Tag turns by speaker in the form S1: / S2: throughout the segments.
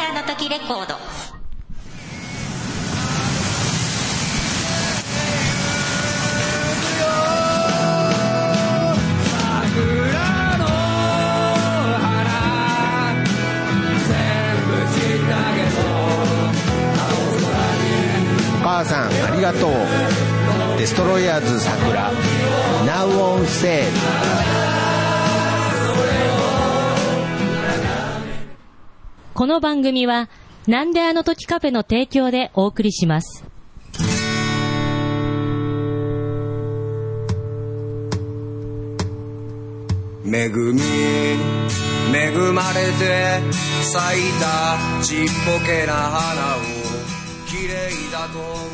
S1: コード
S2: 母さんありがとうデストロイヤーズ桜 Now on sale
S3: この番組は、なんであの時カフェの提供でお送りします。
S4: 恵み恵まれて咲いたちっぽけな花を綺麗だと思っ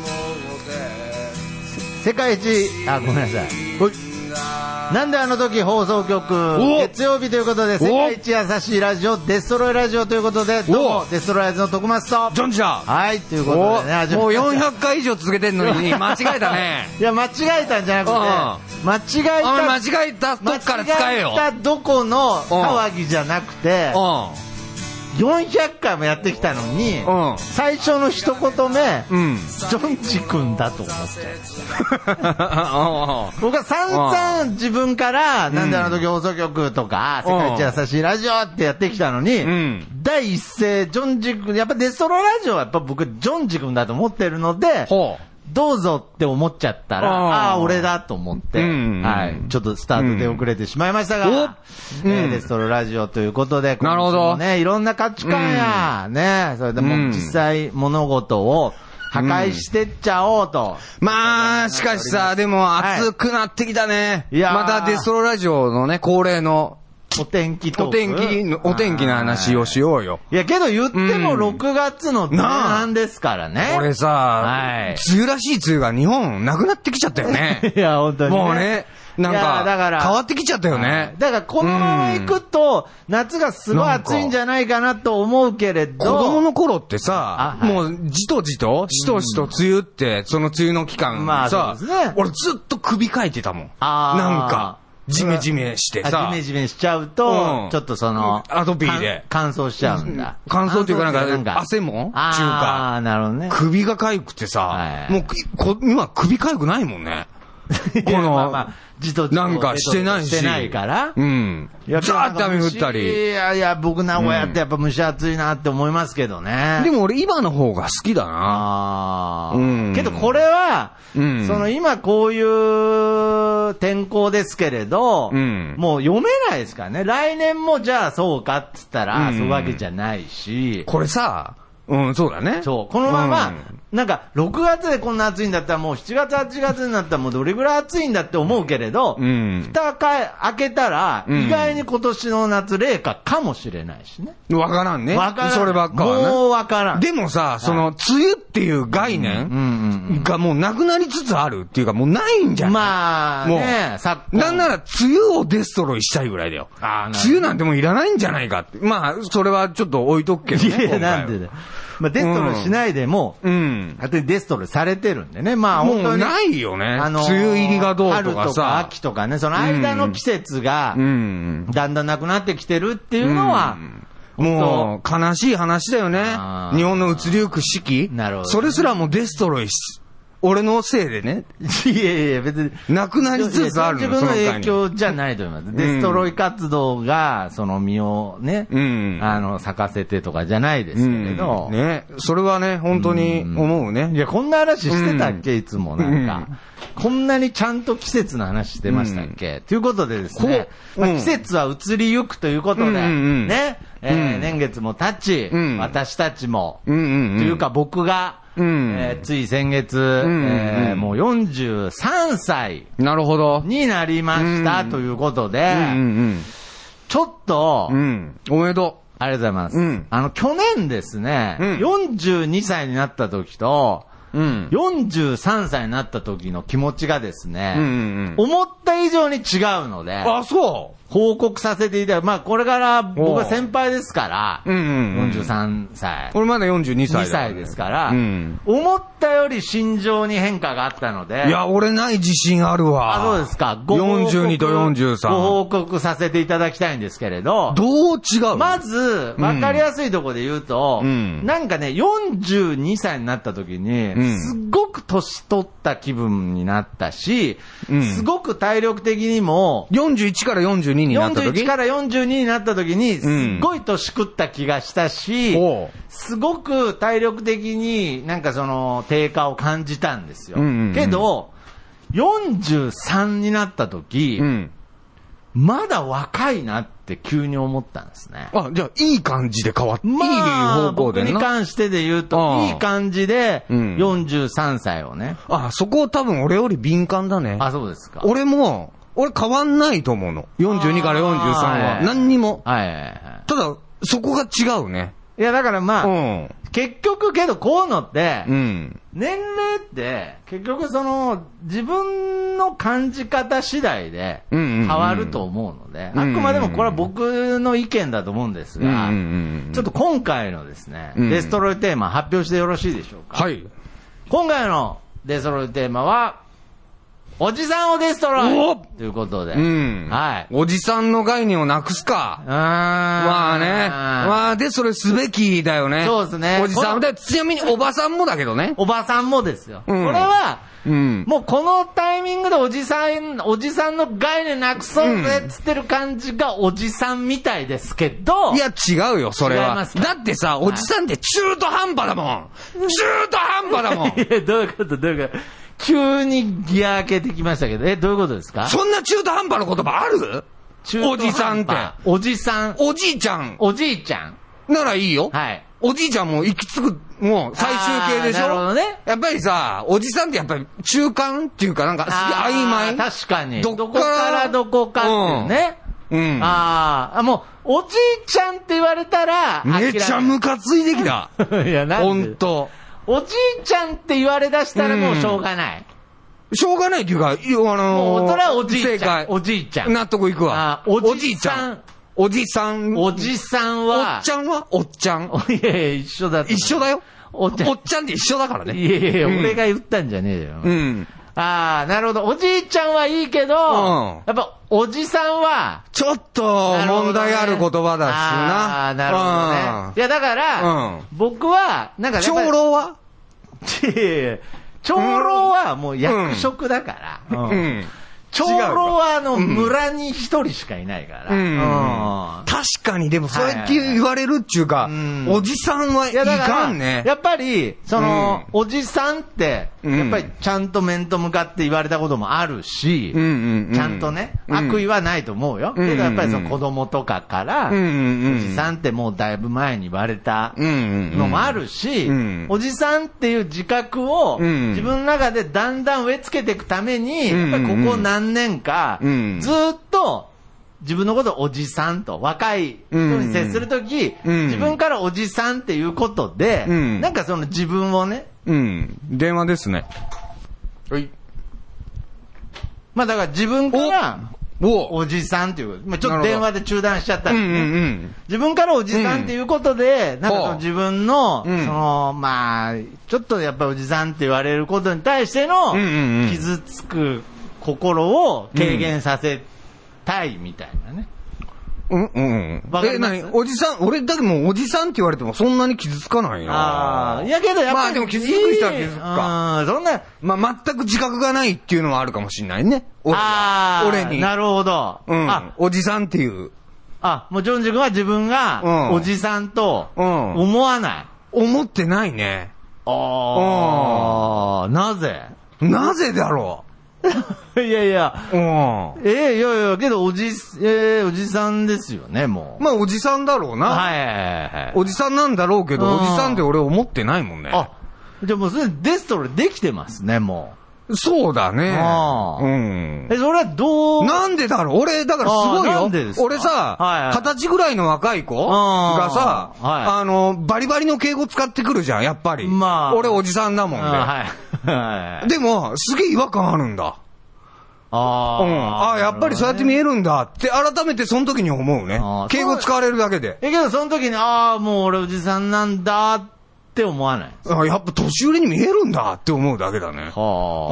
S2: 世界一あごめんなさいなんであの時放送局月曜日ということで世界一優しいラジオデストロイラジオということでどうもデストロイヤーズの徳松と
S5: ジョンちゃん
S2: はいということでね始
S5: も
S2: ま
S5: う
S2: りました
S5: 400回以上続けてんのに間違えたね
S2: いや間違えたんじゃなくて間違え
S5: お前
S2: た
S5: 間違えたとこから使えよ
S2: 間違えたどこの騒ぎじゃなくて
S5: う
S2: 400回もやってきたのに
S5: んうん
S2: 最初の一言目
S5: うん
S2: ジョンチ君だと思って
S5: うん
S2: 僕は散々自分から、なんであの時放送局とか、世
S5: うん
S2: 界一優しいラジオってやってきたのに、
S5: ん
S2: 第一声、ジョンジ君、やっぱデストロラジオはやっぱ僕、ジョンジ君だと思ってるので、
S5: ほう
S2: どうぞって思っちゃったら、
S5: あ
S2: あ
S5: ー
S2: あー、俺だと思って、
S5: うん
S2: はい、ちょっとスタートで遅れてしまいましたが、
S5: うんお
S2: えー
S5: うん
S2: デストロラジオということで、
S5: なるほど
S2: 今週もね、いろんな価値観や、ね、それでもう
S5: うん
S2: 実際物事を破壊してっちゃおうと。
S5: まあ、しかしさ、でも暑くなってきたね。
S2: いやー
S5: またデストロラジオのね、恒例の
S2: お天気と。
S5: お天気の、お天気の話をしようよ。
S2: いや、けど言っても
S5: うん
S2: 6月の前
S5: なあ
S2: 半ですからね。
S5: これさ、
S2: はい
S5: 梅雨らしい梅雨が日本なくなってきちゃったよ ね。
S2: いや、本当に、
S5: もうね、なん
S2: いや
S5: か、
S2: だから
S5: 変わってきちゃったよね。
S2: だから、このまま行くと、夏がすごい暑いんじゃないかなと思うけれど。
S5: 子供の頃って
S2: あ
S5: さ、
S2: はい
S5: もうじとじと、しとしと梅雨って、その梅雨の期間
S2: まあ
S5: さ、
S2: そうですね
S5: 俺ずっと首かいてたもん。
S2: あー
S5: なんか、ジメジメして
S2: あ
S5: さ。
S2: ジメジメしちゃうと、
S5: うん
S2: ちょっとその、
S5: アトピーで
S2: 乾乾燥しちゃうんだ。
S5: 乾燥っていうかなんか
S2: 乾燥ってい
S5: 汗も
S2: あー
S5: 中華
S2: なるほどね。
S5: 首がかゆくてさ、
S2: はい
S5: もうくこ、今首かゆくないもん ね。この、
S2: まあまあじとじと
S5: なんかしてないし。
S2: してないから
S5: うん。ザ
S2: や
S5: ー
S2: ぱなん
S5: ッ
S2: か
S5: て雨降った
S2: い
S5: り。
S2: やいや、僕名古屋ってやっぱ蒸し暑いなって思いますけどね。
S5: でも俺今の方が好きだな。
S2: ああ、
S5: うん
S2: けどこれは、
S5: うん
S2: その今こういう天候ですけれど、
S5: うん
S2: もう読めないですからね。来年もじゃあそうかって言ったら、
S5: うん
S2: そういうわけじゃないし、
S5: これさ、うん、そうだね。
S2: そう、このまま、
S5: うん
S2: なんか6月でこんな暑いんだったらもう7月8月になったらもうどれぐらい暑いんだって思うけれど、
S5: うん
S2: 蓋か開けたら、
S5: うん
S2: 意外に今年の夏冷夏かもしれないしね。
S5: わからんね。
S2: わからん
S5: そればっかはな
S2: もうわからん
S5: でもさ、その、梅雨っていう概念がもうなくなりつつあるっていうか、もうないんじゃない
S2: まあ、
S5: もう
S2: ね、昨今
S5: なんなら、梅雨をデストロイしたいぐらいだよ。
S2: あーなるほど
S5: 梅雨なんてもういらないんじゃないかって。まあ、それはちょっと置いとくけど
S2: い
S5: ね。
S2: やいや、
S5: 今回は
S2: なんでだよ。まあ、デストロイしないでも、
S5: うん。
S2: 勝手にデストロイされてるんでね。まあ、
S5: も
S2: 本当
S5: う
S2: に。
S5: ないよね。
S2: ー
S5: 梅雨入りがどうと
S2: 春
S5: か
S2: とか
S5: さ。
S2: 秋とかね、その間の季節が
S5: う、ん。
S2: だんだんなくなってきてるっていうのは、
S5: もう、悲しい話だよね
S2: あ。ー
S5: 日本の移りゆく四季。
S2: なるほど
S5: それすらもうデストロイし、俺のせいでね、
S2: いやいや、別に。
S5: なくなりつつあるの
S2: 自分の
S5: その
S2: 影
S5: 回に
S2: 響じゃないと思います。デストロイ活動が、その身をね、
S5: うん
S2: あの、咲かせてとかじゃないですけれど。
S5: ね。それはね、本当に思うね。
S2: いや、こんな話してたっけ、いつも、なんか、こんなにちゃんと季節の話してましたっけ、ということでですね、
S5: こう
S2: まあ
S5: うん
S2: 季節は移りゆくということで、
S5: うんうんうん
S2: ね、えー
S5: うん
S2: 年月も経ち、
S5: うん
S2: 私たちも、
S5: うんうんうん
S2: というか僕が、
S5: うん
S2: えーつい先月、
S5: んうん
S2: えーもう43歳
S5: なるほど。
S2: になりました、
S5: うん
S2: ということで、
S5: うん
S2: ちょっと、
S5: うんうん。うん。おめでとう。
S2: ありがとうございます。
S5: うん
S2: あの、去年ですね、
S5: うん
S2: 42歳になった時と、
S5: うん
S2: 43歳になった時の気持ちがですね、
S5: うんうんうん
S2: 思った以上に違うので、
S5: あ、そう。
S2: 報告させていただく。まあ、これから僕は先輩ですから、
S5: うんうんうん
S2: 43歳。
S5: 俺まだ42歳
S2: 2
S5: だ、
S2: 歳ですから、
S5: うん
S2: 思ったより心情に変化があったので、
S5: いや、俺ない自信あるわ。
S2: あそうですか、ご報告
S5: 42と
S2: ご
S5: 43。
S2: 報告させていただきたいんですけれど、
S5: どう違う
S2: まず、わかりやすいところで言うと、
S5: うん
S2: なんかね、42歳になった時に、
S5: ん
S2: すっごく年取った気分になったし、
S5: うん
S2: すごく体力的にも、
S5: 41から42になった時
S2: 41から42になった時に、す
S5: ん
S2: っごい年食った気がしたし、
S5: おう
S2: すごく体力的になんかその低下を感じたんですよ。
S5: うんうんうん
S2: けど、43になった時、
S5: うん。
S2: まだ若いなって急に思ったんですね。
S5: あ、じゃあ、いい感じで変わった。いい方向
S2: 僕
S5: で
S2: に
S5: な。
S2: 関してで言う
S5: ああ
S2: と、いい感じで、
S5: うん
S2: 43歳をね。
S5: あ、そこ多分俺より敏感だね。
S2: あ、そうですか。
S5: 俺も、俺変わんないと思うの。42から43
S2: あ
S5: は。
S2: ー
S5: 何にも。
S2: はいはいは
S5: ただ、そこが違うね。
S2: い。いや、だからまあ、
S5: うん。
S2: 結局けどこういうのって、
S5: うん。
S2: 年齢って、結局その、自分の感じ方次第で、
S5: うんうんう
S2: 変
S5: ん
S2: わると思うので、あく
S5: うんうんうん
S2: までもこれは僕の意見だと思うんですが
S5: うんうんうん、
S2: ちょっと今回のですね、
S5: うん
S2: デストロイテーマ発表してよろしいでしょうか。
S5: はい。
S2: 今回のデストロイテーマは、おじさんをデストロ
S5: お
S2: イということで。
S5: うん。
S2: はい。
S5: おじさんの概念をなくすか。ま
S2: ま
S5: あね。まあ、で、それすべきだよね。
S2: そうですね
S5: おじさん。で、ちなみにおばさんもだけどね。
S2: おばさんもですよ。
S5: うん
S2: これは、
S5: うん。
S2: もうこのタイミングでおじさん、おじさんの概念なくそうぜっつってる感じがおじさんみたいですけど、
S5: いや、違うよ、それ
S2: 違いま
S5: は。
S2: すか
S5: だってさ、おじさんって中途半端だもん。中途半端だもん。
S2: いや、どういうことどういうこと急にギア開けてきましたけど、え、どういうことですか
S5: そんな中途半端な言葉ある
S2: 中途
S5: おじさんって
S2: 半端おじさん。
S5: おじいちゃん
S2: おじいちゃん。
S5: ならいいよ。
S2: はい。
S5: おじいちゃんも行き着く、もう最終形でしょ
S2: あーなるほどね
S5: やっぱりさ、おじさんってやっぱり中間っていうかなんかすげ
S2: あ
S5: え曖
S2: ー
S5: 昧。
S2: 確かに。
S5: ど
S2: ど
S5: っから
S2: こからどこかっていうね。
S5: うん。
S2: あーあ、もう、おじいちゃんって言われたら、
S5: めちゃムカついてきた。
S2: いや、なんで
S5: ほんと。
S2: おじいちゃんって言われだしたらもうしょうがない。
S5: しょうがないっていうか、いやあ
S2: も
S5: の
S2: う
S5: ー、
S2: 大人はおじい
S5: 正
S2: ちゃん
S5: 解。。
S2: おじいちゃん。
S5: 納得いく
S2: あ。
S5: わ
S2: お
S5: い
S2: じ
S5: ち
S2: さ
S5: ゃ
S2: ん
S5: ん。おじさん。
S2: おじさんは、
S5: おっちゃんはおっちゃん。
S2: いやいや、一緒だと思う
S5: 一緒だよ。
S2: おっちゃん。
S5: おっちゃんって一緒だからね。
S2: いやいやいや、
S5: うん
S2: 俺が言ったんじゃねえよ。
S5: うん。
S2: ああ、なるほど。おじいちゃんはいいけど、やっぱ、おじさんは、
S5: ちょっと
S2: なるほどね
S5: 問題ある言葉だしな。
S2: ああ、なるほどね。いや、だから、
S5: うん
S2: 僕は、なんかね、
S5: 長老は
S2: いやいや 長老はもう役職だから。
S5: う
S2: うん
S5: ん。
S2: 長老はあの村に一人しかいないから。
S5: うん
S2: うん
S5: 確かに、でもそうやって言われるっちゅうか
S2: うん、
S5: おじさんはい
S2: いやだから、
S5: かんね。
S2: やっぱり、その、おじさんって、
S5: うん
S2: やっぱりちゃんと面と向かって言われたこともあるし、
S5: うんうんうん
S2: ちゃんとね、
S5: うん
S2: 悪意はないと思うよ。
S5: うん
S2: けどやっぱりその子供とかから、
S5: うんうんうん
S2: おじさんってもうだいぶ前に言われた
S5: うんうんうん
S2: のもあるし、
S5: うん
S2: おじさんっていう自覚を、
S5: うん
S2: 自分の中でだんだん植え付けていくために、
S5: うんうんうん
S2: やっぱりここ何年か、
S5: うん
S2: ずーっと、自分のことをおじさんと、若い人に接するとき、
S5: うん
S2: 自分からおじさんっていうことで、
S5: うん
S2: なんかその自分をね、
S5: うん。電話ですね。はい。
S2: まあだから自分から
S5: お
S2: おじさんっていうこと、まあ、ちょっと
S5: なるほど
S2: 電話で中断しちゃった
S5: うん
S2: で
S5: ん
S2: す
S5: う
S2: ね
S5: んうん。
S2: 自分からおじさんっていうことで、なんかその自分の、
S5: う
S2: そ
S5: ん
S2: の、まあ、ちょっとやっぱりおじさんって言われることに対しての
S5: うんうんう、ん
S2: 傷つく心を軽減させたいみたいなね。
S5: うんうん
S2: わ
S5: う
S2: かり
S5: ん。え、
S2: ます
S5: 何おじさん、俺だけもうおじさんって言われてもそんなに傷つかない
S2: あ
S5: な
S2: あ、いやけどやっぱり。
S5: まあでも傷つく人は傷つくか
S2: うん、そんな、
S5: まあ、全く自覚がないっていうのはあるかもしれないね。俺
S2: あ
S5: は
S2: あ、
S5: 俺に。
S2: なるほど。
S5: うん。
S2: あ、
S5: おじさんっていう。
S2: あ、もうジョンジ君は自分
S5: う
S2: が
S5: ん、
S2: おじさんと、
S5: うん
S2: 思わない。
S5: 思ってないね。
S2: ああ、なぜ
S5: なぜだろ
S2: いやいや。
S5: う。うん。
S2: ええいやいや、けど、おじ、ええおじさんですよね、もう。
S5: まあ、おじさんだろうな。
S2: はいはいはいはい。
S5: おじさんなんだろうけ
S2: うん
S5: ど、おじさんって俺思ってないもんね。
S2: あ、じゃあもうすでにデストロイできてますね、も
S5: そうだね。
S2: あー
S5: うん
S2: う。。え、それはどう、
S5: なんでだろう俺、だからすごい
S2: あーな
S5: よ
S2: んでです。か
S5: 俺
S2: はいは
S5: さ、
S2: い
S5: 二十歳ぐらいの若い子
S2: あー
S5: がさ、
S2: はい
S5: あの、バリバリの敬語使ってくるじゃん、やっぱり。
S2: まあ
S5: 俺おじさんだもん
S2: あ
S5: ね。
S2: はい。はい。
S5: でも、すげえ違和感あるんだ。
S2: あ
S5: う
S2: ー
S5: ん。ああ、やっぱりそうやって見えるんだって、改めてその時に思うね
S2: あー。
S5: 敬語使われるだけで。
S2: え、けどその時に、ああ、もう俺おじさんなんだって思わない。
S5: あーやっぱ年寄りに見えるんだって思うだけだね。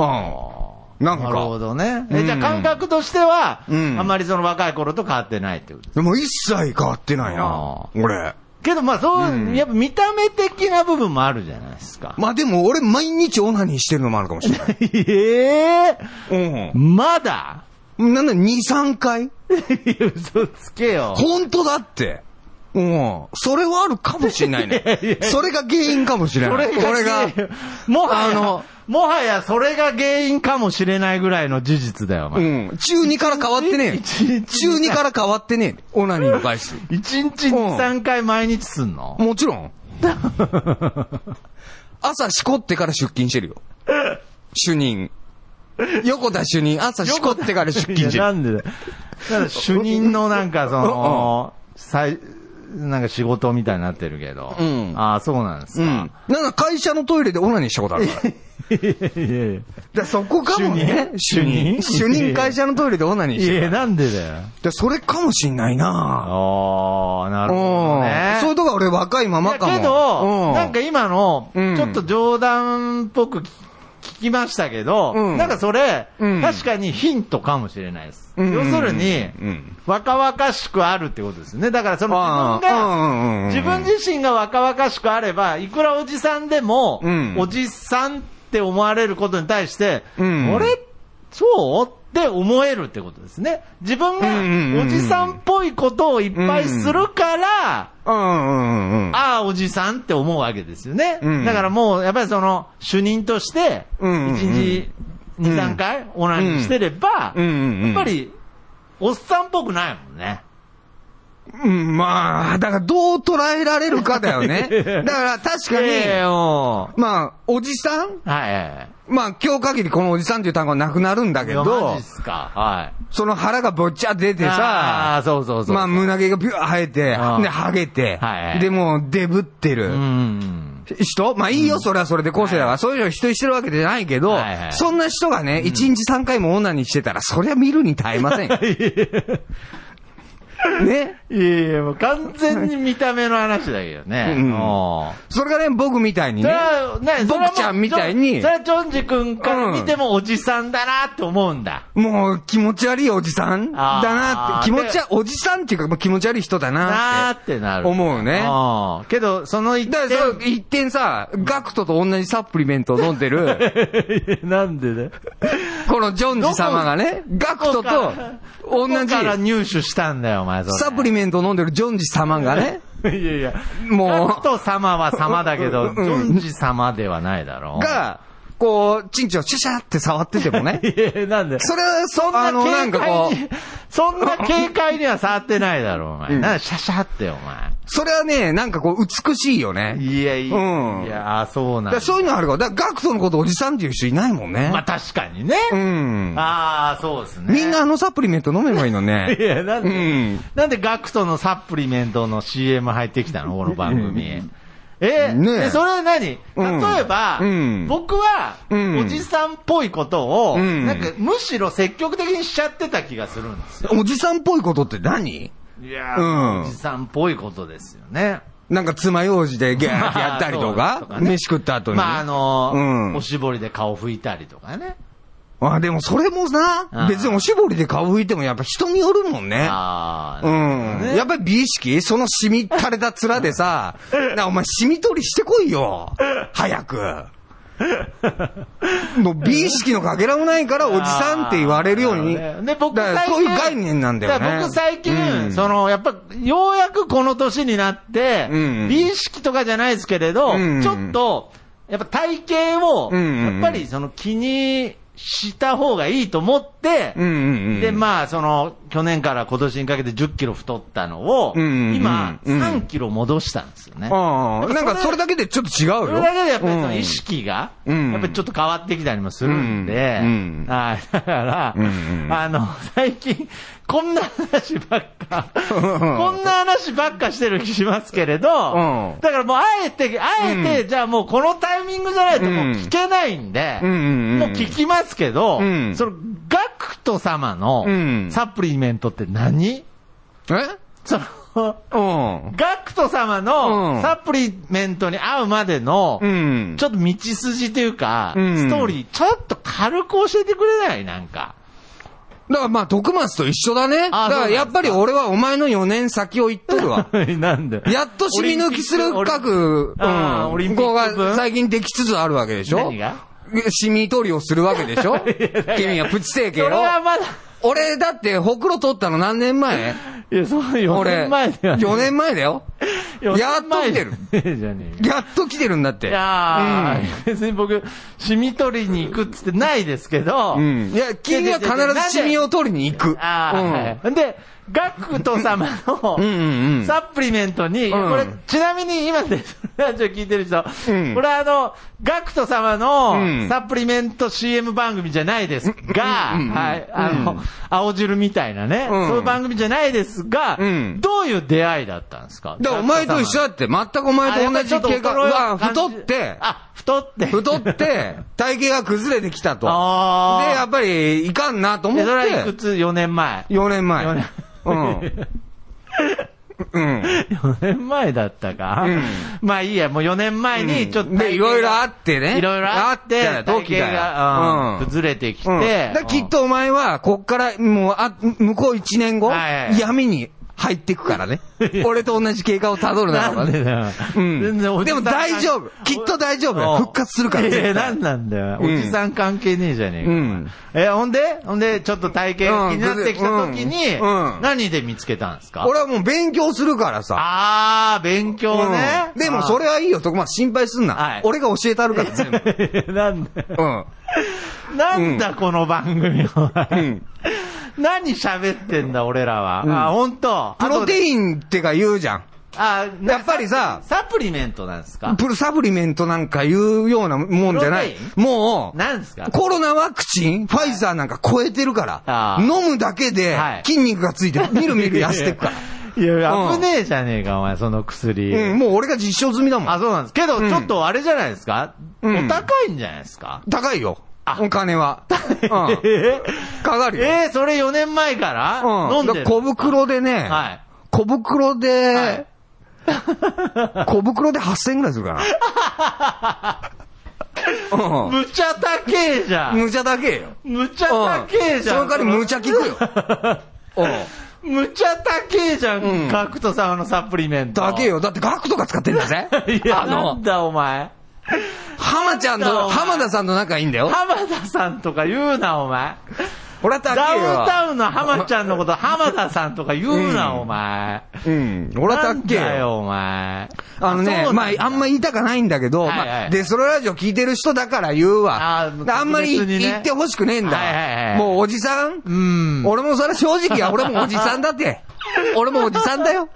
S2: は
S5: うんなんか
S2: なるほどね。え
S5: うん
S2: じゃあ感覚としては、
S5: うん
S2: あんまりその若い頃と変わってないってこと。
S5: でも一切変わってない
S2: あ
S5: な、俺。
S2: けどまあそう、
S5: うん
S2: やっぱ見た目的な部分もあるじゃないですか。
S5: まあでも俺毎日オナニーしてるのもあるかもしれない。
S2: ええ
S5: うん。
S2: まだ
S5: なんだ、2、3回
S2: いや嘘つけよ。
S5: 本当だって。うん。それはあるかもしれ ないね。それが原因かもしれない。俺が。
S2: もはや、
S5: あの
S2: もはやそれが原因かもしれないぐらいの事実だよ、お前。
S5: うん。中2から変わってねえ。
S2: 一日
S5: 中2から変わってねえ。オナニーの回数。
S2: 一日に
S5: うん
S2: 3回毎日すんの
S5: もちろん。 朝しこってから出勤してるよ。主任。横田主任、朝しこってから出勤し
S2: い
S5: て
S2: やな
S5: る。
S2: んでだよなんか主任のなんかその、さいなんか仕事みたいになってるけど。
S5: うん
S2: ああ、そうなんです
S5: うん。
S2: か。
S5: なんか会社のトイレでオナニーしたことあるか ら。
S2: いやいや
S5: だからそこかもね。
S2: 主任
S5: 主任会社のトイレでオナニーして
S2: い
S5: る
S2: や、
S5: から。だか
S2: なんでだよ。
S5: らそれかもしんないな
S2: ああ、なるほどね
S5: うん。。そういうとこは俺若いままかも。
S2: いやけど、
S5: う
S2: なんか今の、
S5: うん
S2: ちょっと冗談っぽく聞聞きましたけど、
S5: うん
S2: なんかそれ、
S5: うん
S2: 確かにヒントかもしれないです。
S5: うん
S2: 要するに、
S5: うん
S2: 若々しくあるってことですね。だからその
S5: あ
S2: 自分が、
S5: あうんうんうん
S2: 自分自身が若々しくあれば、いくらおじさんでも、
S5: うん
S2: おじさんって思われることに対して、
S5: うん
S2: 俺、そうって思えるってことですね。自分
S5: うんうんうんう
S2: が
S5: ん
S2: おじさんっぽいことをいっぱいするから、
S5: うんうんうんうん。
S2: ああ、おじさんって思うわけですよね。
S5: うん
S2: だからもう、やっぱりその、主任として、
S5: うんうんうん
S2: 1日2、3回、オナニーしてれば、
S5: うんうんう
S2: や
S5: ん
S2: っぱり、おっさんっぽくないもんね。
S5: うん、まあ、だからどう捉えられるかだよ ね。だから確かに、
S2: ええもう
S5: まあ、おじさん
S2: はいはい。
S5: まあ、今日限りこのおじさんっていう単語はなくなるんだけ
S2: いやマ
S5: ど
S2: ジっ、すか。はい。
S5: その腹がぼっちゃ出て
S2: あ
S5: さ
S2: あ、、そうそうそう。
S5: まあ、胸毛がビュー生えて
S2: あ、あ
S5: で、ハゲて
S2: はいは、い
S5: で、もう、デブって
S2: う
S5: る
S2: ん。
S5: 人まあ、いいよ、それはそれで個性だか
S2: は
S5: ら、そういうの人にしてるわけじゃないけど
S2: はいは、い
S5: そんな人がね、1日3回も女にしてたら、そりゃ見るに耐えま せんよ。ね
S2: いやいや、もう完全に見た目の話だけどね。
S5: うん
S2: もう
S5: それがね、僕みたいに
S2: そ
S5: ね
S2: れ。は、ね、
S5: 僕ちゃんみたいに
S2: それはジョンジ君から見てもおじさんだなって思うんだ。
S5: もう気持ち悪いおじさんだ
S2: あー
S5: なって、気持ち悪い、おじさんっていうかまあ気持ち悪い人だな
S2: なー
S5: っ
S2: ってなる。
S5: 思うね
S2: うんけど、その
S5: て。
S2: 一
S5: だ
S2: 点
S5: からそれ一点さ、ガクトと同じサプリメントを飲ん でる、
S2: なんでね。
S5: このジョンジ様がね、ガクトと同
S2: どこ
S5: じ
S2: から入手したんだよ、お前、それ。
S5: サプリメントを飲んでるジョンジ様がね、
S2: いやいや。
S5: もう
S2: ガクト様は様だけど、
S5: うん
S2: ジョンジ様ではないだろう。
S5: が、こう、チンチをシャシャって触っててもね、
S2: いやいや、なんで。
S5: それはそんな、
S2: そんな
S5: なん
S2: 軽
S5: かこ
S2: 快
S5: う
S2: に、、そんな軽快には触ってないだろう、お前。
S5: うん
S2: なんでシャシャって、お前。
S5: それはね、なんかこう、美しいよね。
S2: いやいや、
S5: うん
S2: いや、あそうな
S5: だ
S2: んだ
S5: から。そういうのあるから、だからガクトのことおじさんっていう人いないもんね
S2: まあ。確かにね。
S5: うん。
S2: ああ、そうですね。
S5: みんなあのサプリメント飲めばいいのね。
S2: いや、なんで、
S5: うん
S2: なんでガクトのサプリメントの CM 入ってきたのこの番組。え、
S5: ねえ
S2: でそれは何例
S5: うん
S2: えば、
S5: うん
S2: 僕は、
S5: うん
S2: おじさんっぽいことを、
S5: うん
S2: なんかむしろ積極的にしちゃってた気がするんですよ。
S5: おじさんっぽいことって何
S2: いや
S5: うん
S2: ー、おじさんっぽいことですよね。
S5: なんか爪楊枝でギャーってやったりと
S2: そうと
S5: か
S2: か、ね
S5: 飯食った後に。
S2: まあ、あのー
S5: うん
S2: おしぼりで顔拭いたりとかね。
S5: あでもそれも
S2: う
S5: な、
S2: ん
S5: 別におしぼりで顔拭いてもやっぱ人によるもんね。
S2: ああ、
S5: う
S2: なるほど
S5: ん。
S2: ね
S5: やっぱり美意識その染み垂れた面 でさ、なお前染み取りしてこいよ。早く。もう美意識のかけらもないからおじさんって言われるように。
S2: あーなるほどねで、僕
S5: だから
S2: 最近
S5: そういう概念なんだよね。
S2: から僕最近、
S5: うん
S2: その、やっぱ、ようやくこの年になって、
S5: うん
S2: 美意識とかじゃないですけれど、
S5: うん
S2: ちょっと、やっぱ体型を、
S5: うん
S2: やっぱりその気にした方がいいと思って、
S5: うんうんうん。
S2: で、まあ、その、去年から今年にかけて10キロ太ったのを、
S5: うんうんうん
S2: 今、
S5: うん
S2: 3キロ戻したんですよね。
S5: ああ、なんかそれだけでちょっと違うよ。
S2: それだけでやっぱりその意
S5: うん
S2: 識が、
S5: うん
S2: やっぱりちょっと変わってきたりもするんで、
S5: うんうん
S2: はい。だから、
S5: うんうん
S2: あの、最近、こんな話ばっ か、こんな話ばっかしてる気しますけれど、
S5: うん
S2: だからもうあえて、あえて、じゃあもうこのタイミングじゃないともう聞けないんで、
S5: うんうんうんうん
S2: もう聞きますけど、
S5: うん
S2: その、ガク人様の
S5: うん
S2: サプリメントって何、
S5: え
S2: その、
S5: うん。
S2: ガクト様の
S5: うん
S2: サプリメントに合うまでの、
S5: うん。
S2: ちょっと道筋というか、
S5: うん
S2: ストーリー、ちょっと軽く教えてくれないなんか。
S5: だからまあ、毒松と一緒だね。だ
S2: あ
S5: からやっぱり俺はお前の4年先を言っとるわ。
S2: なんで
S5: やっと染み抜きする
S2: オリンピックオリ
S5: 各、
S2: ンあーオリンピック
S5: こ
S2: 分
S5: が最近できつつあるわけでしょ
S2: 何が
S5: 染み取りをするわけ でしょ君はプチ整形
S2: それ
S5: を。
S2: はまだ、
S5: 俺だって、ほくろ取ったの何年前
S2: いや、そう、4
S5: 俺。
S2: 年前だよ、
S5: 4年前だよ。
S2: 四
S5: やっ
S2: 年
S5: と
S2: 前
S5: 来てる。
S2: じゃねえか
S5: やっと来てるんだって。
S2: いやー、別に僕、シミ取りに行くっつってないですけど、
S5: うん。うん。いや、君は必ずシミを取りに行く。
S2: ああ、
S5: うん
S2: はいで、ガクト様の
S5: うんうんうん
S2: サプリメントに、
S5: うん
S2: これ、ちなみに今で、 ラジオ聞いてる人、
S5: うん
S2: これあの、ガクト様
S5: うん
S2: のサプリメント CM 番組じゃないですが、
S5: うんうんうん
S2: はい、あの、
S5: うん
S2: 青汁みたいなね、
S5: うん
S2: そういう番組じゃないですが、
S5: うん
S2: どういう出会いだったんですか
S5: だからお前と一緒だって、全くお前と同じ経過。うわ、太って、
S2: あ、太って。
S5: 太って、体型が崩れてきたと。で、
S2: あー
S5: やっぱり、いかんなと思
S2: え
S5: っ
S2: それはいく
S5: て、
S2: つ ?4 年 前。
S5: 4年前。
S2: 四年
S5: うん。うん。
S2: 4年前だったか、
S5: うん
S2: まあいいや、もう4年前にちょっと体型が、
S5: で、いろいろあってね。
S2: いろいろあって、
S5: あって時だ
S2: 体
S5: よ
S2: 型が、うん
S5: うん
S2: 崩れてきて、
S5: うんだからきっとお前は、こっから、もう、あ、向こう1年後、
S2: はいはい
S5: 闇に入ってくからね。 俺と同じ経過を辿
S2: う
S5: る
S2: ん、
S5: な
S2: な
S5: らば
S2: んで
S5: ね。
S2: だよ。
S5: うん。
S2: 全然おじ
S5: で
S2: さ
S5: も
S2: ん
S5: 大丈夫。きっと大丈夫。復活するから。
S2: いやいや、
S5: 絶対
S2: なんなんだよ。お
S5: うん
S2: じさん関係ねえじゃねえか。
S5: うん
S2: え、ほんでほんで、ちょっと体型が気になってきた時に、
S5: うんうん
S2: 何で見つけたんですか
S5: 俺はもう勉強するからさ。
S2: あー、勉強ね。
S5: うんでもそれはいいよ、徳松心配すんな。
S2: はい
S5: 俺が教えたるから、全部。
S2: れ。 なんだよ。
S5: うん。
S2: なんだこの番組は。
S5: ん
S2: 何喋ってんだ俺らは。
S5: ん
S2: あ、ほんと。
S5: プロテインってか言うじゃん。
S2: あ、
S5: やっぱりさ
S2: サプリメントなんですか
S5: プルサプリメントなんか言うようなもんじゃない
S2: プロ。
S5: もう、
S2: なんですか
S5: コロナワクチン、ファイザーなんか超えてるから
S2: あ、ー
S5: 飲むだけで
S2: はい
S5: 筋肉が ついて、みるみる痩せてくから。
S2: いやいや、
S5: う
S2: 危
S5: ん
S2: ねえじゃねえか、お前、その薬。
S5: うん、もう俺が実証済みだも
S2: あ、
S5: ん。
S2: そうなんです。けど、
S5: うん
S2: ちょっとあれじゃないですか、
S5: うん
S2: お高いんじゃないですか、
S5: 高いよ
S2: あ。
S5: お 金は。うん。
S2: え
S5: かかるよ。
S2: えーそれ4年前から、
S5: うん。
S2: 飲んで
S5: だ
S2: る
S5: から小袋でね、
S2: はい。
S5: 小袋
S2: は
S5: で
S2: い、
S5: 小袋で8000円ぐらいするかな。うん。
S2: むちゃ高えじゃん。
S5: 無茶だけよ。
S2: むちゃ高えじゃん。
S5: うんその代わり無茶効くよ。うん。
S2: むちゃ高えじゃん、
S5: うん
S2: ガクト様のサプリメント。
S5: だけ。よ。だってガクとか使ってんだぜ。
S2: いや、
S5: あ
S2: な
S5: の
S2: ん、だお前。
S5: 浜ちゃん
S2: なんだ
S5: と、
S2: お前
S5: 浜田さんと仲いいんだよ。
S2: 浜田さんとか言うな、お前。
S5: 俺は高
S2: ダ
S5: えよ。
S2: ウンタウンの浜ちゃんのこと、浜田さんとか言うな、
S5: うん
S2: お前。
S5: うん。俺は
S2: な
S5: 高
S2: ん
S5: え
S2: だ
S5: よ。
S2: よ、お前。
S5: あのね
S2: そ、う
S5: ま
S2: な
S5: あ
S2: んだ、
S5: あんま言いたかないんだけど、
S2: はいはい
S5: まあ、デスロラジオ聞いてる人だから言うわ。
S2: あー
S5: だあんまり
S2: 特別にね
S5: 言ってほしくねえんだ。
S2: はいはいはい
S5: もうおじさん、
S2: うん。
S5: 俺もそれ正 直や、俺もおじさんだって。俺もおじさんだよ。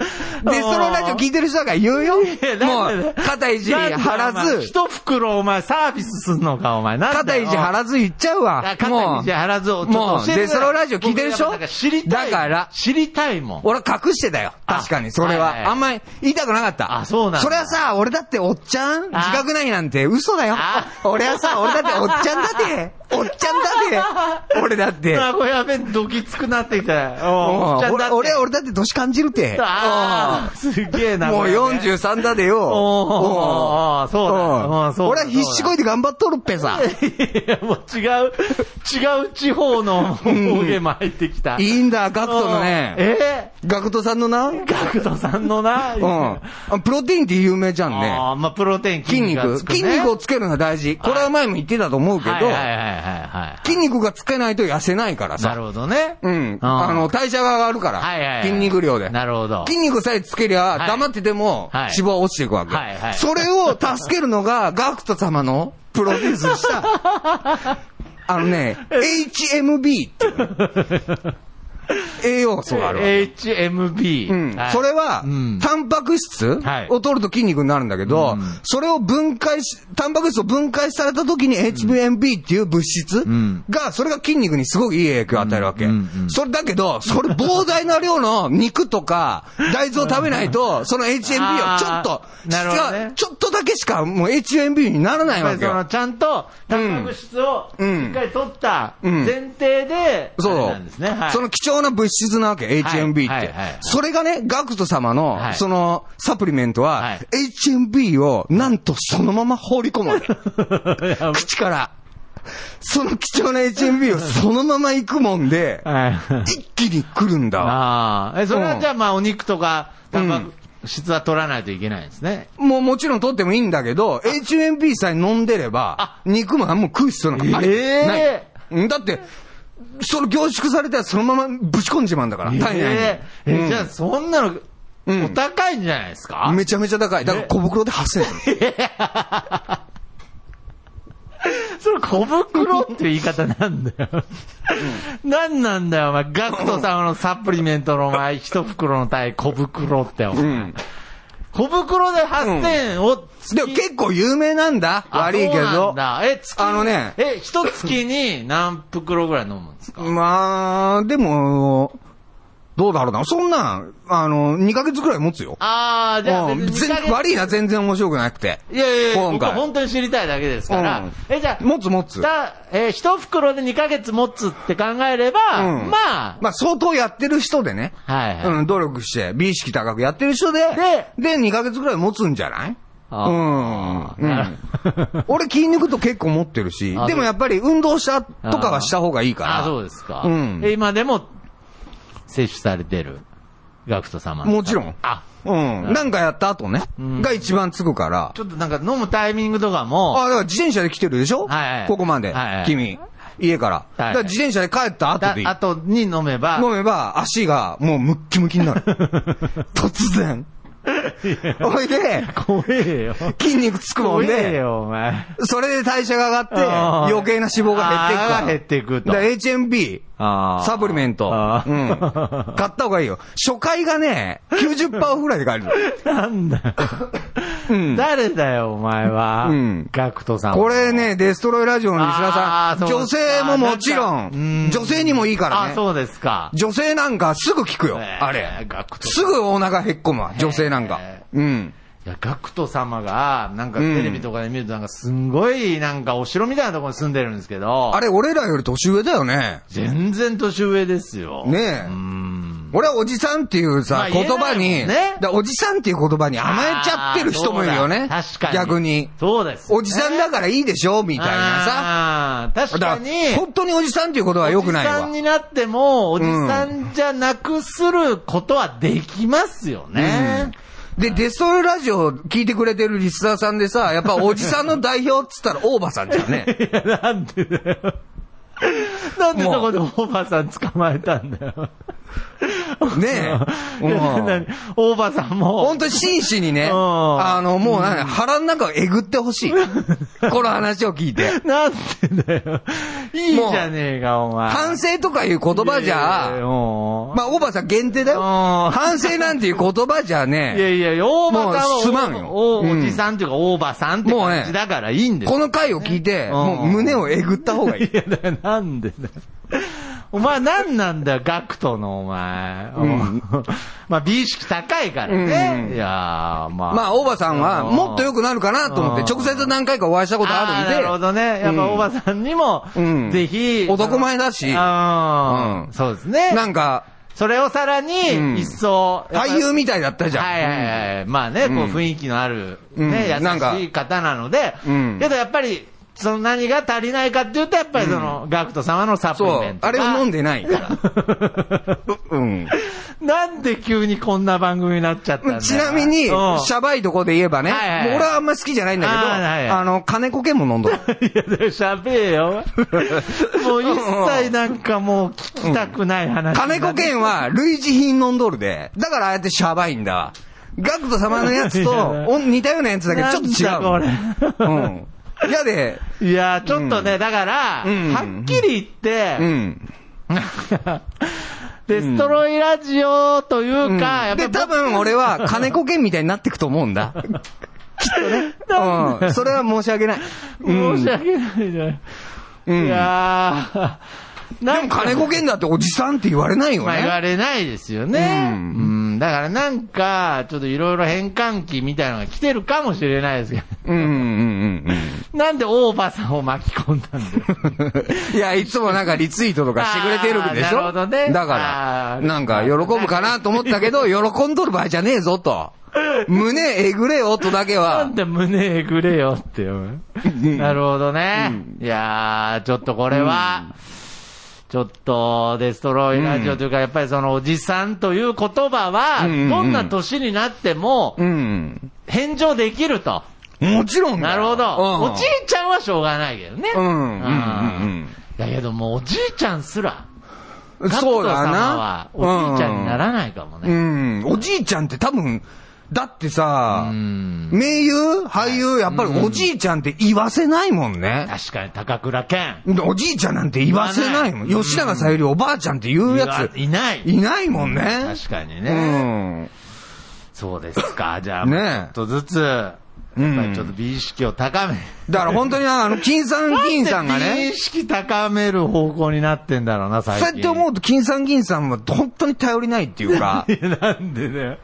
S5: デスロラジオ聞いてる人だから言うよ。も
S2: えなんで
S5: う、肩いじり張
S2: な
S5: ら
S2: んだよお前
S5: ず、
S2: 一袋お前サービスすんのか、お前。なんだ
S5: 肩いじ張らず言っちゃうわ。
S2: ず。肩いじ張らず、ちょっと
S5: も
S2: 教え
S5: う、
S2: てく
S5: デ
S2: れ
S5: スロラジオ聞いてるでしょ
S2: 僕やっぱなんか知りたい。
S5: だから、
S2: 知りたいもん。
S5: 俺は隠してたよ。
S2: あ
S5: 確かに、それは。
S2: はいはい
S5: あんまり言いたくなかった。
S2: あそうなんだ
S5: それはさ、俺だっておっちゃん自
S2: あ
S5: 覚ないなんて嘘だよ
S2: あ。
S5: 俺はさ、俺だっておっちゃん だって。おっちゃんだって。俺だって。
S2: あ、これやべえ、ドキつくなってきたよ。おうおっちゃんだ
S5: 俺、
S2: って
S5: 俺、俺だって年感じるって。
S2: ああ、すげえ
S5: うん
S2: な。
S5: もう
S2: これね
S5: 43だでよ。
S2: おーおーおーそうだ
S5: ん
S2: うんそうだ
S5: 俺は必死こいて頑張っとるっ ぺさ。
S2: いや、もう違う、違う地方の方言も入ってきた。
S5: いいんだ、ガクトの
S2: うん
S5: ね。
S2: え
S5: ガクトさんのな。う
S2: ーガクトさんのな。
S5: ん。あプロテインって有名じゃんね。
S2: あーまあ、プロテイン
S5: 筋肉。筋肉を
S2: つ
S5: つけるのが大事。これは前も言ってたと思う
S2: く
S5: け
S2: ねはい
S5: ど
S2: はい、はいはいはい。
S5: 筋肉がつけないと痩せないか
S2: な
S5: ら
S2: る
S5: さ。
S2: ほどね。
S5: うん。あの、代謝が上がるか
S2: はいはいは
S5: ら。
S2: い
S5: 筋肉量で。
S2: なるほど
S5: 筋肉さえつけりゃ、
S2: はい
S5: 黙ってても、
S2: は
S5: 脂
S2: い
S5: 肪は落ちていくわけ
S2: はいは。い
S5: それを助けるのが、ガクト様のプロデュースした、あのね、HMB っていうの。栄養素があるわけ。
S2: HMB。
S5: うん
S2: はい
S5: それは、
S2: うん
S5: タンパク質
S2: はい
S5: を取ると筋肉になるんだけど、
S2: うん
S5: それを分解し、タンパク質を分解された時に HMB っていう物質
S2: ん
S5: が、それが筋肉にすごくいい影響を与えるわけ。
S2: うんうんうん
S5: それだけど、それ膨大な 量の肉とか大豆を食べないと、その HMB をちょっと
S2: あ、ーなるほどね
S5: 質がちょっとだけしかもう HMB にならな
S2: やっ
S5: い
S2: ぱ
S5: わ
S2: り
S5: け
S2: その
S5: よ。
S2: ちゃんとタンパク質をしっかり取った前提で、
S5: そう
S2: あれなんですね。はい
S5: その貴重な物質なわけ、HMB って。
S2: はいはいはい
S5: それがね、ガクト様の、
S2: はい
S5: その、サプリメントは、
S2: はい
S5: HMB を、なんとそのまま放り込むわ け。口から。その貴重な HMB をそのまま行くも んで、
S2: はい
S5: 一気に来るんだわ。
S2: ああ、え、それ
S5: う
S2: は
S5: ん
S2: じゃあ、まあ、お肉とか、タンパク質は取らないといけないんですね。
S5: もうもちろん取ってもいいんだけど、HMB さえ飲んでれば
S2: あ、
S5: 肉も何も食う必要なんかありない。
S2: え
S5: うんだって、その凝縮されたやつそのままぶち込んじまうんだから、体内に
S2: ええ
S5: うん
S2: え、じゃあ、そんなの、
S5: うん
S2: お高いんじゃないですか
S5: めちゃめちゃ高い。だから小袋で8000円。
S2: それ小袋っていう言い方なんだよ。なんなんだよ、お前。ガクトさんのサプリメントのお前、一袋の単位小袋って、お前
S5: うん
S2: 小袋で8000円を月、
S5: でも結構有名なんだ。
S2: あ
S5: 悪いけ
S2: そうな
S5: ど
S2: ん。だえ、月に
S5: あのね
S2: え、一月に何袋ぐらい飲むんですか
S5: まあ、でも、どうだろうな。そんなん、あの、2ヶ月くらい持つよ。
S2: あー、じゃあ別
S5: うん
S2: に
S5: 全
S2: 二ヶ月、
S5: 悪いな、全然面白くなくて。
S2: いやいやいや、
S5: 今
S2: 僕は
S5: 回。
S2: 本当に知りたいだけですか
S5: う
S2: ら
S5: ん。
S2: え、じゃあ、
S5: 持つ持つ。
S2: だえー一袋で2ヶ月持つって考えれば、
S5: うん
S2: まあ、
S5: まあ、相当やってる人でね。
S2: はいはい。
S5: うん、努力して、美意識高くやってる人で、で、2ヶ月くらい持つんじゃない
S2: あ
S5: うん。う
S2: なる
S5: ん。俺筋肉と結構持ってるし
S2: あ、
S5: でもやっぱり運動したとかはした方がいいから。
S2: あ、そうですか。
S5: うん
S2: え今でも、摂取されてる、ガクト様の
S5: もちろん
S2: あ、
S5: うん。なんかやった後ね、
S2: ん
S5: が一番つくから。
S2: ちょっとなんか飲むタイミングとかも、
S5: あ、だから自転車で来てるでしょ
S2: はいはい
S5: ここまで、
S2: はいはい
S5: 君。家から。だから自転車で帰った後
S2: だ
S5: でいい。
S2: 後に飲めば、
S5: 飲めば足がもうムッキムキになる。突然。ほいで、
S2: 怖えよ。
S5: 筋肉つくも
S2: 怖
S5: ん
S2: え
S5: で、
S2: よ、お前。
S5: それで代謝が上が
S2: あ
S5: っ
S2: ー
S5: て、余計な脂肪が減っていくか
S2: あー
S5: ら。
S2: 減っていくと
S5: だから HMB、
S2: あ
S5: サプリメント、
S2: あ
S5: う
S2: ー
S5: ん。買った方がいいよ。初回 がね、90%オフぐらいで買えるの。
S2: なんだよ。
S5: うん
S2: 誰だよ、お前は。
S5: うん
S2: ガクトさん。
S5: これ、ね、デストロイラジオのリスナー
S2: あー
S5: さ
S2: そ
S5: ん、
S2: う
S5: 女性ももちろ
S2: あーなん
S5: ん
S2: かうん、
S5: 女性にもいいから
S2: あ、
S5: ね。
S2: そうですか。
S5: 女性なんかすぐ聞くよ、
S2: えー
S5: あれ。
S2: ガクト
S5: すぐお腹へっこむわ、女性なんか
S2: へ。
S5: うん。
S2: いや、ガクト様が、なんかテレビとかで見ると、なんかすんごい、なんかお城みたいなところに住んでるんですけど、
S5: あれ、俺らより年上だよね。
S2: 全然年上ですよ。
S5: ねえ
S2: うーん。
S5: 俺はおじさんっていう
S2: ま
S5: さ
S2: あ、
S5: 言葉
S2: 言
S5: に、
S2: えないもんね
S5: だおじさんっていう言葉に甘えちゃってる人もいるよね
S2: あーそうだ確かに。。
S5: 逆に。
S2: そうです、
S5: おじさんだからいいでしょみ
S2: み
S5: たいなさ。
S2: さ。確
S5: だ
S2: か
S5: から
S2: に、
S5: 本当におじさんっていう言葉は良くない
S2: おじさん
S5: わ。
S2: になっても、おじさんじゃなくすることはできますよね。
S5: で、デストロイラジオ聞いてくれてるリスナーさんでさ、やっぱおじさんの代表っつったら大場さんじゃんね。
S2: いや、なんでだよ。なんでそこで大場さん捕まえたんだよ。
S5: ね え。
S2: いや
S5: うん
S2: 何大場さんも。
S5: 本当に真摯にね、
S2: うん
S5: あの、もうなんか腹の中をえぐってほしい。この話を聞いて。
S2: なんでだよ。いいじゃねえか、お前。
S5: 反省とかいう言葉じ
S2: いやいや
S5: ゃ、
S2: もう
S5: まあ、大場さん限定だよ。
S2: うん
S5: 反省なんていう言葉じゃ
S2: いや
S5: ね、
S2: いや、大場さん
S5: も
S2: は
S5: うすまんよ
S2: おお
S5: うん
S2: おじさんというか、大場さんって
S5: もうね
S2: 感じだからいいんです
S5: この回を聞いて、
S2: ん
S5: もう胸をえぐった方がいい
S2: い。や、だからなんでだよ。お前なんなんだよ、ガクトのお前。
S5: ん
S2: まあ、美意識高いからね。
S5: うん
S2: いやー、まあ。
S5: まあ、大場さんはもっと良くなるかなと思って、
S2: うん
S5: 直接何回かお会いしたことあ
S2: ーなる
S5: る
S2: ほ
S5: んで、
S2: どね。やっぱ、おばさんにも、
S5: うん
S2: ぜひ。
S5: 男前だし
S2: あー
S5: うん
S2: そうですね。
S5: なんか、
S2: それをさら
S5: うん
S2: に、一層。やっぱ
S5: 俳優みたいだったじゃん。
S2: はいはいはい。まあね、こう
S5: うん
S2: 雰囲気のある、
S5: うん
S2: ね、
S5: なんか
S2: 優しい方なので
S5: うん、
S2: けどやっぱり、その何が足りないかっていうと、やっぱりその、ガクト様のサプリ
S5: そ
S2: メ
S5: う
S2: ン、ト
S5: あれ
S2: が。
S5: を飲んでないから。うん。
S2: なんで急にこんな番組になっちゃったんだよ
S5: ちなみに、シ
S2: うん
S5: ャバいとこで言えばね、
S2: はいはいはい
S5: もう俺はあんま好きじゃないんだけど、
S2: あーはいはい
S5: あの、金子健も飲んどる。
S2: いや、でも喋え よ。もう一切なんかもう聞きたくない話。
S5: 金子健は類似品飲んどるで、だからああやってシャバいんだわ。ガクト様のやつと
S2: いやいや
S5: お似たようなやつだけど、ちょっと違
S2: なんだこれ
S5: う。うん。嫌で、
S2: いや、ちょっとね、だから、
S5: う ん
S2: はっきり言って、
S5: うん。
S2: なんかデストロイラジオというか、やっぱ
S5: で、
S2: り
S5: 多分俺は金子健みたいになってくと思うんだ。きっとね。 うん。それは申し訳ない。うん
S2: 申し訳ないじゃない。
S5: うん
S2: いやー、
S5: で
S2: な
S5: も
S2: んか
S5: 金子健だっておじさんって言われないよ
S2: まあ言わ
S5: ね。
S2: れないですよね。
S5: う
S2: うんん。だからなんか、ちょっといろいろ変換期みたいなのが来てるかもしれないですけど、
S5: うんうんうんうん。
S2: なんでオーバーさんを巻き込んだんで
S5: いや、いつもなんかリツイートとかしてくれてるでしょ
S2: あーなるほどね
S5: だから
S2: あ、ー
S5: なんか喜ぶかなと思ったけど、喜んどる場合じゃねえぞと。胸えぐれよとだけ
S2: な
S5: は
S2: ん。で胸えぐれよって思う。なるほどね。いやー、ちょっとこれは、ちょっと、デストロイラジオというか、やっぱりそのおじさんという言葉は、
S5: うんうんうん
S2: どんな年になっても、
S5: うん。
S2: 返上できると。
S5: もちろんだ
S2: な
S5: よ
S2: るほど。
S5: うん
S2: おじいちゃんはしょうがないけどね。
S5: うんうんうんうん
S2: だけどもうおじいちゃんすら、
S5: そう
S2: 角
S5: だ
S2: 田様
S5: な
S2: は。おじいちゃんにならないかも
S5: う
S2: ね。
S5: ん。おじいちゃんって多分、だってさ、名優、俳優、やっぱりおじいちゃんって言わせないもんね。
S2: 確かに高倉健。
S5: おじいちゃんなんて言わせないもん。
S2: 言わない
S5: 吉永小百合おばあちゃんって言うやつ、
S2: いない。
S5: いないもんね。
S2: 確かに
S5: う
S2: ね。
S5: ん。
S2: そうです か。じゃあ、
S5: ねえ
S2: ちょっとずつ、やっぱりちょっと美意識を高め。
S5: だから本当にあの、金さん銀さん
S2: なん
S5: が
S2: で美
S5: ね
S2: 意、識高める方向になってんだろうな、最
S5: そう
S2: 近。
S5: やって思うと金さん銀さんは本当に頼りないっていうか、
S2: いやなんでね。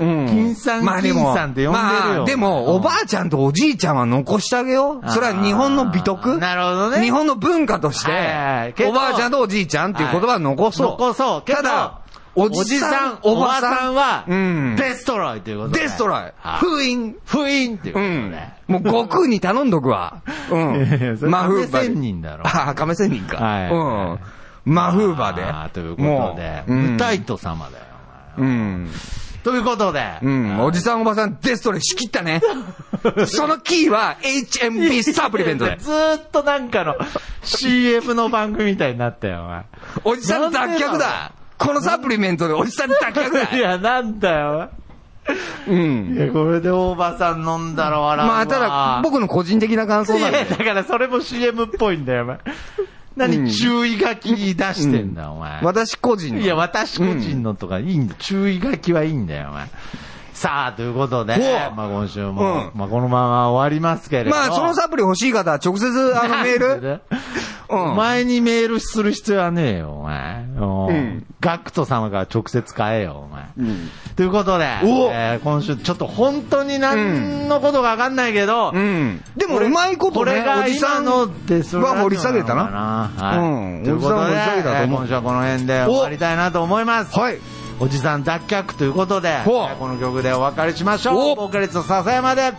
S5: うん
S2: 金さん
S5: まあでも
S2: 銀さんって呼んでるよ
S5: まあでも、
S2: うん
S5: おばあちゃんとおじいちゃんは残してあげよう。それは日本の美
S2: あ
S5: 徳。
S2: ーなるほどね
S5: 日本の文化として、
S2: はいはいはいけど
S5: おばあちゃんとおじいちゃんっていう言葉は残そう。
S2: 残そう。けど
S5: ただ、おじさん、
S2: お
S5: お
S2: ば
S5: ば
S2: さん
S5: さん
S2: は、
S5: うん
S2: デストロイということで。
S5: デストライ
S2: はい。
S5: 封印。
S2: 封印っていうこ
S5: う
S2: とで。
S5: ん。もう悟空に頼んど くわ。う
S2: いやいやそれ
S5: ん。風馬で
S2: 亀仙人だろ
S5: ああ、亀仙人か。
S2: はい
S5: うん。マフーバ
S2: あー
S5: で。
S2: ということで。
S5: もううん
S2: 舞台と様だよ。
S5: うん。
S2: ということで。
S5: うん。おじさんおばさんデストレ仕切ったね。そのキーは HMB サプリメ ントで。
S2: ずーっとなんかの CM の番組みたいになったよ、お前。
S5: おじさん脱
S2: なん
S5: 却
S2: で
S5: だこのサプリメントでおじさん脱却だ
S2: いや、なんだよ、
S5: う
S2: お
S5: ん。
S2: 前いや、これで大場さん飲んだら笑うわ。
S5: まあ、ただ、僕の個人的な感想
S2: い
S5: なん
S2: や、
S5: で。
S2: だからそれも CM っぽいんだよ、お前。何、注意書き出してんだ、お前。
S5: 私個人の。
S2: いや、私個人のとかいいんだ、注意書きはいいんだよ、お前。さあ、ということで、
S5: おう
S2: まあ今週も、
S5: うん
S2: まあこのまま終わりますけれど
S5: まあ、そのサプリ欲しい方は直接あのメー
S2: なんで
S5: ル。
S2: ね
S5: う
S2: お
S5: ん。
S2: 前にメールする必要はねえよ、お前。おう
S5: うん
S2: ガクト様から直接買えよ、お前。ということで、
S5: おう
S2: えー今週、ちょっと本当に何のことかわかんないけど、
S5: うん。でも、
S2: これ
S5: うまいこと
S2: こ
S5: ね
S2: れ、が
S5: おじ
S2: 今
S5: さん
S2: のデス
S5: は掘り下げたな。
S2: なのかな。はい。
S5: うん
S2: ということで
S5: おじさんは掘り下げたと思う
S2: えー今週はこの辺で終わりたいなと思います。
S5: はい。
S2: おじさん脱却ということで、
S5: ほう
S2: この曲でお別れしましょ
S5: お
S2: う。ボーカリスト笹山で、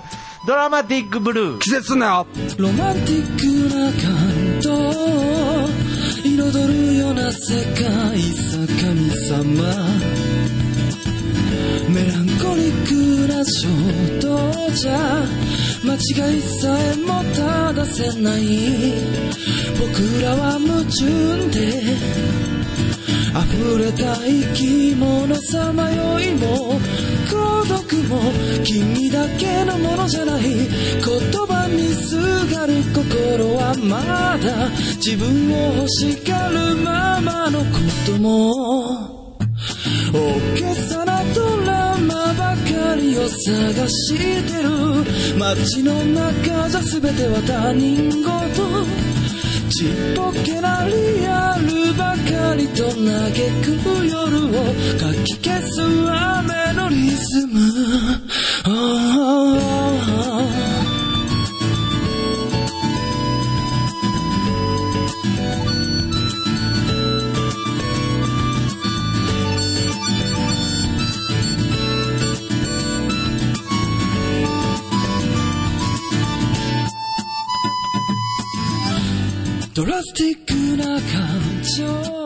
S2: ドラマティックブルー。
S5: 季節なよ。
S1: ロマンティックな感動を彩るような世界さ神様メランコリックな衝動じゃ間違いさえも正せない僕らは矛盾で溢れた生き物さまよいも孤独も君だけのものじゃない言葉にすがる心はまだ自分を欲しがるままのことも大げさなドラマばかりを探してる街の中じゃ全ては他人事ちっぽけなリアルばかりと嘆く夜をかき消す雨のリズムああドラスティックな感情